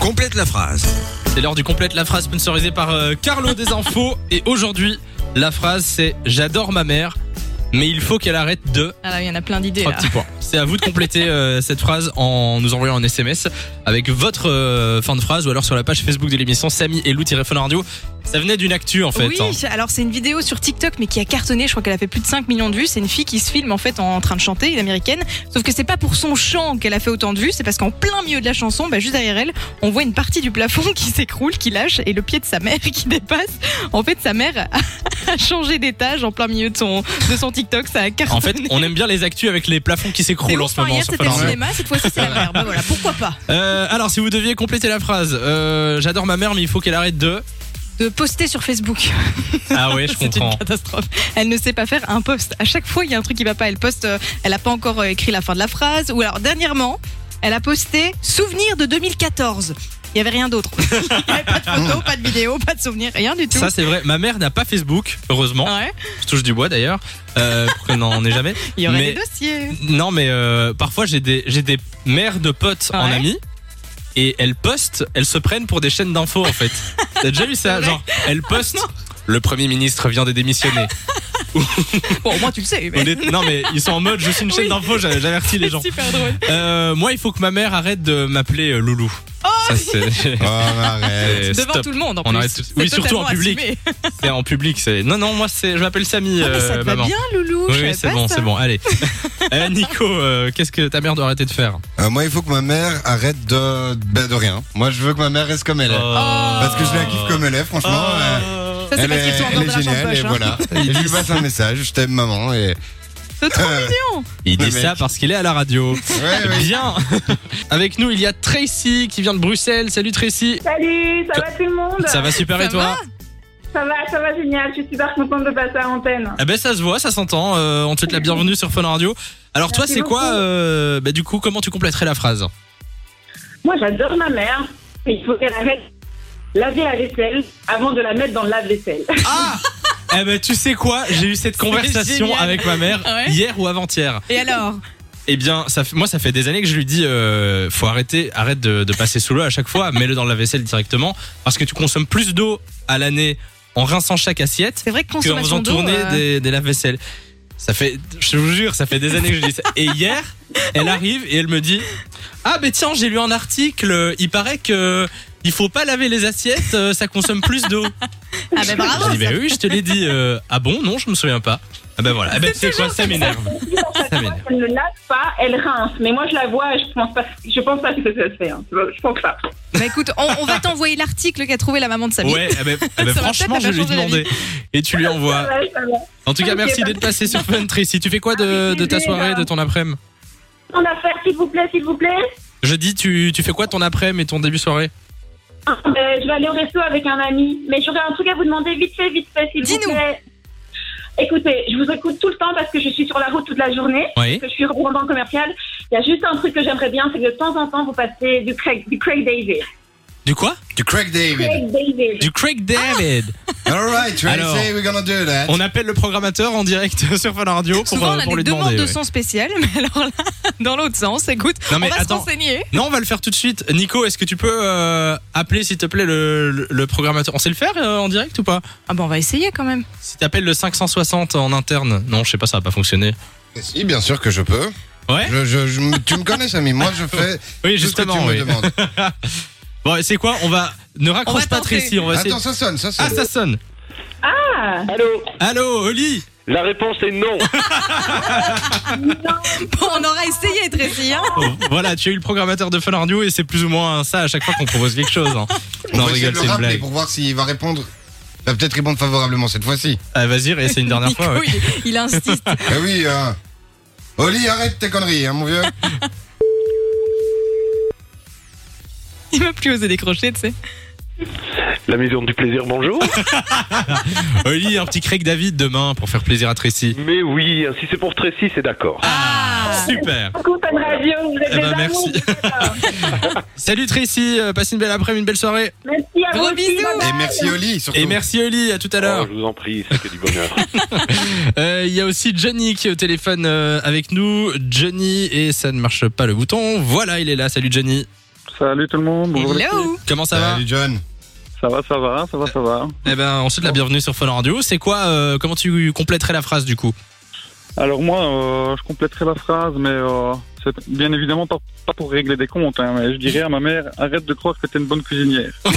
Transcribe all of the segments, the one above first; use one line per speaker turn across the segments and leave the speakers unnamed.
Complète la phrase.
C'est l'heure du complète la phrase sponsorisée par euh, Carlo des infos et aujourd'hui la phrase c'est j'adore ma mère mais il faut qu'elle arrête de
Ah là, il y en a plein d'idées
trois
là.
petits points. C'est à vous de compléter euh, cette phrase en nous envoyant un SMS avec votre euh, fin de phrase ou alors sur la page Facebook de l'émission Samy et Lou-Fun Radio. Ça venait d'une actu en fait.
Oui,
hein.
alors c'est une vidéo sur TikTok mais qui a cartonné, je crois qu'elle a fait plus de 5 millions de vues, c'est une fille qui se filme en fait en train de chanter, une américaine, sauf que c'est pas pour son chant qu'elle a fait autant de vues, c'est parce qu'en plein milieu de la chanson, bah, juste derrière elle, on voit une partie du plafond qui s'écroule, qui lâche et le pied de sa mère qui dépasse. En fait, sa mère a changé d'étage en plein milieu de son, de son TikTok, ça a cartonné.
En fait, on aime bien les actus avec les plafonds qui s'écroulent en ce moment
Hier,
sur
c'était
Fun
le
Radio.
cinéma, cette fois-ci c'est la mère. Bah, voilà, pourquoi pas
Euh, alors, si vous deviez compléter la phrase, euh, j'adore ma mère, mais il faut qu'elle arrête de.
De poster sur Facebook.
Ah ouais, je
C'est une
comprends.
catastrophe. Elle ne sait pas faire un post. À chaque fois, il y a un truc qui va pas. Elle poste, euh, elle a pas encore euh, écrit la fin de la phrase. Ou alors, dernièrement, elle a posté souvenir de 2014. Il y avait rien d'autre. Il y avait pas de photo, pas de vidéo, pas de souvenir, rien du tout.
Ça, c'est vrai. Ma mère n'a pas Facebook, heureusement.
Ouais,
Je touche du bois d'ailleurs. Euh, pour que n'en ait jamais.
il y aurait
Mais-
des dossiers.
Non, mais euh, parfois j'ai des, j'ai des mères de potes en
Ouais.
amis et elles postent, elles se prennent pour des chaînes d'infos en fait. T'as déjà vu ça
vrai. Ah
Genre, elles postent. le Premier ministre vient de démissionner.
Bon, au moins, tu le sais. mais-
On est- Non, mais ils sont en mode je suis une chaîne
Oui.
d'infos, j'a- j'avertis les gens.
Super drôle.
Euh, moi, il faut que ma mère arrête de m'appeler euh, Loulou. ça, c'est.
Oh, arrête.
c'est-
Devant
Eh, stop.
tout le monde, en
On
plus.
arrête tout-
C'est
oui, surtout en
totalement
public.
assumé.
C'est en public, c'est. Non, non, moi, c'est. Je m'appelle Samy,
Ah, mais ça
euh,
te va
maman.
bien,
Oui,
Loulou Je
oui,
savais
c'est
pas
bon,
ça.
c'est bon. Allez, Euh, Nico, euh, qu'est-ce que ta mère doit arrêter de faire
Euh, moi, il faut que ma mère arrête de, ben, de rien. Moi, je veux que ma mère reste comme elle est.
Oh.
Parce que je la kiffe comme elle est, franchement. euh,
Ça, c'est
elle
parce
est,
qu'il retourne
elle
dans
est
de l'argent de
géniale, et
poche. hein.
voilà. Et je lui passe un message, je t'aime maman. Et...
C'est trop
Euh,
mignon.
Il
Le
dit ça
mec. Eh
parce qu'il est à la radio.
ouais, ouais.
Bien. Avec nous, il y a Tracy qui vient de Bruxelles. Salut Tracy.
Salut, ça va tout le monde
Ça va super
Ça
et toi
va
ça va, ça va génial, je suis super contente de passer à l'antenne.
Eh ben ça se voit, ça s'entend. Euh, on te souhaite la bienvenue sur Fun Radio. Alors toi,
Merci
c'est quoi
beaucoup.
euh, bah, du coup comment tu compléterais la phrase
Moi j'adore ma mère, mais il faut qu'elle arrête de laver la vaisselle avant de la mettre dans le lave-vaisselle.
Ah Eh ben tu sais quoi J'ai eu cette conversation
génial.
avec ma mère
Ouais.
hier ou avant-hier.
Et alors
Eh bien, ça fait- moi ça fait des années que je lui dis euh, faut arrêter, arrête de, de passer sous l'eau à chaque fois, mets-le dans la vaisselle directement parce que tu consommes plus d'eau à l'année en rinçant chaque assiette
C'est vrai que
que en
consommation
faisant
d'eau,
tourner
euh,
des, des lave-vaisselle. Ça fait, je vous jure, ça fait des années que je dis ça. Et hier,
Ah
elle arrive et elle me dit Ah, ben tiens, j'ai lu un article, euh, il paraît que il faut pas laver les assiettes, euh, ça consomme plus d'eau.
Ah bah bravo
Je dis Ben oui, je te l'ai dit. euh, ah bon Non, je me souviens pas. Ah ben voilà, ah ben tu sais quoi, ça m'énerve. Ça m'énerve.
Elle ne lave pas, elle rince. Mais moi je la vois, je pense pas, je pense pas que ça se fait. hein. Je pense pas.
Bah écoute, on, on va t'envoyer l'article qu'a trouvé la maman de Samy.
Ouais, ah ben, ah ben
Ça va
franchement,
peut-être,
je
elle
lui
va changer
demandais. Et tu lui envoies.
Ouais, ça va.
En tout cas,
Ok,
merci
bah.
d'être passé sur Fun Tracy. Tu fais quoi
Ah,
de, de ta soirée, de ton après-midi
En affaire, s'il vous plaît, s'il vous plaît.
Je dis, tu, tu fais quoi ton après-midi et ton début soirée
Euh, je vais aller au resto avec un ami, mais j'aurais un truc à vous demander vite fait, vite fait, s'il vous
Dis-nous.
plaît. Écoutez, je vous écoute tout le temps parce que je suis sur la route toute la journée.
Oui.
que je suis représentant commercial, il y a juste un truc que j'aimerais bien, c'est que de temps en temps, vous passez du Craig, du Craig David.
Du quoi
Du Craig David.
Craig David.
Du Craig
Ah.
David.
Alright,
Alors,
Tracy, we're gonna do that.
On appelle le programmateur en direct sur Fun Radio pour,
Souvent,
euh,
on a
pour
des
lui
demandes
demander.
de
ouais.
son spécial, mais alors là, dans l'autre sens, écoute,
Non, mais
on va
attends.
se renseigner.
Non, on va le faire tout de suite. Nico, est-ce que tu peux euh, appeler s'il te plaît le, le- le programmateur On sait le faire euh, en direct ou pas
Ah bah on va essayer quand même.
Si t'appelles le 560 en interne, non, je sais pas, ça va pas fonctionner.
Si, bien sûr que je peux.
Ouais.
Je, je- je me- tu me connais, Samy. Moi, je fais
Oui,
tout ce que tu
justement.
me
oui.
demandes.
Bon, c'est quoi On va ne
On
raccroche
va
pas
tenter.
Tracy. On va essayer.
Attends, ça sonne, ça sonne.
Ah, ça sonne.
Ah,
Allô
Allô, Oli.
La réponse est non.
Bon, on aura essayé, Tracy. Hein
Oh, voilà, tu as eu le programmateur de Fun Radio et c'est plus ou moins ça à chaque fois qu'on propose quelque chose. hein.
On
Non,
va essayer
rigole,
de le
c'est une
rappeler
blague.
pour voir s'il va répondre. Il va peut-être répondre favorablement cette fois-ci.
Ah, Vas-y, c'est une dernière
Nico,
fois. ouais.
il, il insiste.
Eh oui, hein. Oli, arrête tes conneries, hein, mon vieux.
Il m'a plus osé décrocher, tu sais.
La maison du plaisir, bonjour.
Oli, un petit Craig David demain pour faire plaisir à Tracy.
Mais oui, hein, si c'est pour Tracy, c'est d'accord.
Ah, super.
beaucoup Fun Radio, vous êtes
Eh ben,
des amours,
merci.
vous êtes là.
Salut Tracy, euh, passe une belle après-midi, une belle soirée.
Merci à
Gros
vous. aussi,
bisous.
bye bye.
Et merci, Oli, surtout.
Et merci Oli, à tout à
Oh,
l'heure.
je vous en prie, c'est que du bonheur.
Euh, Il y a aussi Johnny qui est au téléphone euh, avec nous. Johnny, et ça ne marche pas le bouton. Voilà, il est là. Salut Johnny.
Salut tout le monde. bonjour les filles.
Hello
Comment ça va
Salut John.
Ça va, ça va, ça va, ça va.
Eh ben, on se souhaite la bienvenue sur Fun Radio. C'est quoi euh, Comment tu compléterais la phrase du coup
Alors moi, euh, je compléterai la phrase, mais euh, c'est bien évidemment pas, pas pour régler des comptes. hein, mais je dirais à ma mère, arrête de croire que t'es une bonne cuisinière.
Oh.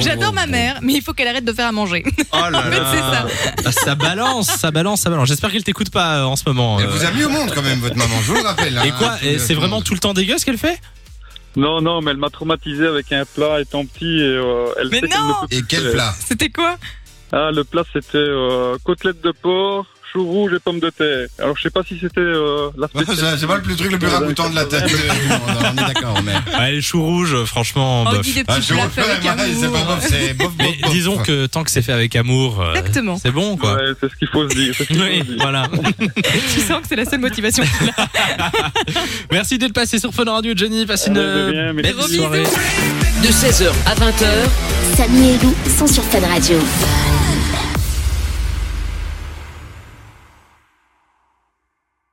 J'adore ma mère, mais il faut qu'elle arrête de faire à manger.
Oh là
fait, là.
Ah, ça. balance, ça balance, ça balance. J'espère qu'elle t'écoute pas euh, en ce moment.
Elle
euh.
vous a mis au monde quand même, votre maman, je vous le rappelle.
Et
hein.
quoi Et C'est
Euh,
vraiment Ah, tout le temps dégueu ce qu'elle fait
Non, non, mais elle m'a traumatisé avec un plat étant petit. Et, euh, elle
Mais
sait qu'elle
non
ne peut plus
Et quel
faire.
plat
C'était quoi
Ah, le plat c'était euh, côtelette de porc, chou rouge et pommes de terre. Alors je sais pas si c'était euh, la
Ouais,
spéciale-
Bah, C'est c'est pas le plus truc le plus raboutant de la tête. euh, On est d'accord, mais.
Ouais, Ah, les choux rouges, franchement.
Oh,
bof. Ah,
dit des
Ah,
petits
je
plats
refais
faits avec
la maille, c'est pas
amour.
grave, c'est bof, bof,
Mais
bof.
disons que tant que c'est fait avec amour, euh,
Exactement.
c'est bon quoi.
Ouais, c'est ce qu'il faut se dire. c'est ce qu'il faut
Oui,
se dire.
voilà.
Tu sens que c'est la seule motivation qu'il a.
Merci d'être passé sur Fun Radio, Jenny. Passe une
Ouais, de rien,
euh,
mais
belle
gros
soirée.
bisous.
De 16h à 20h,
Samy et Lou sont sur Fan Radio.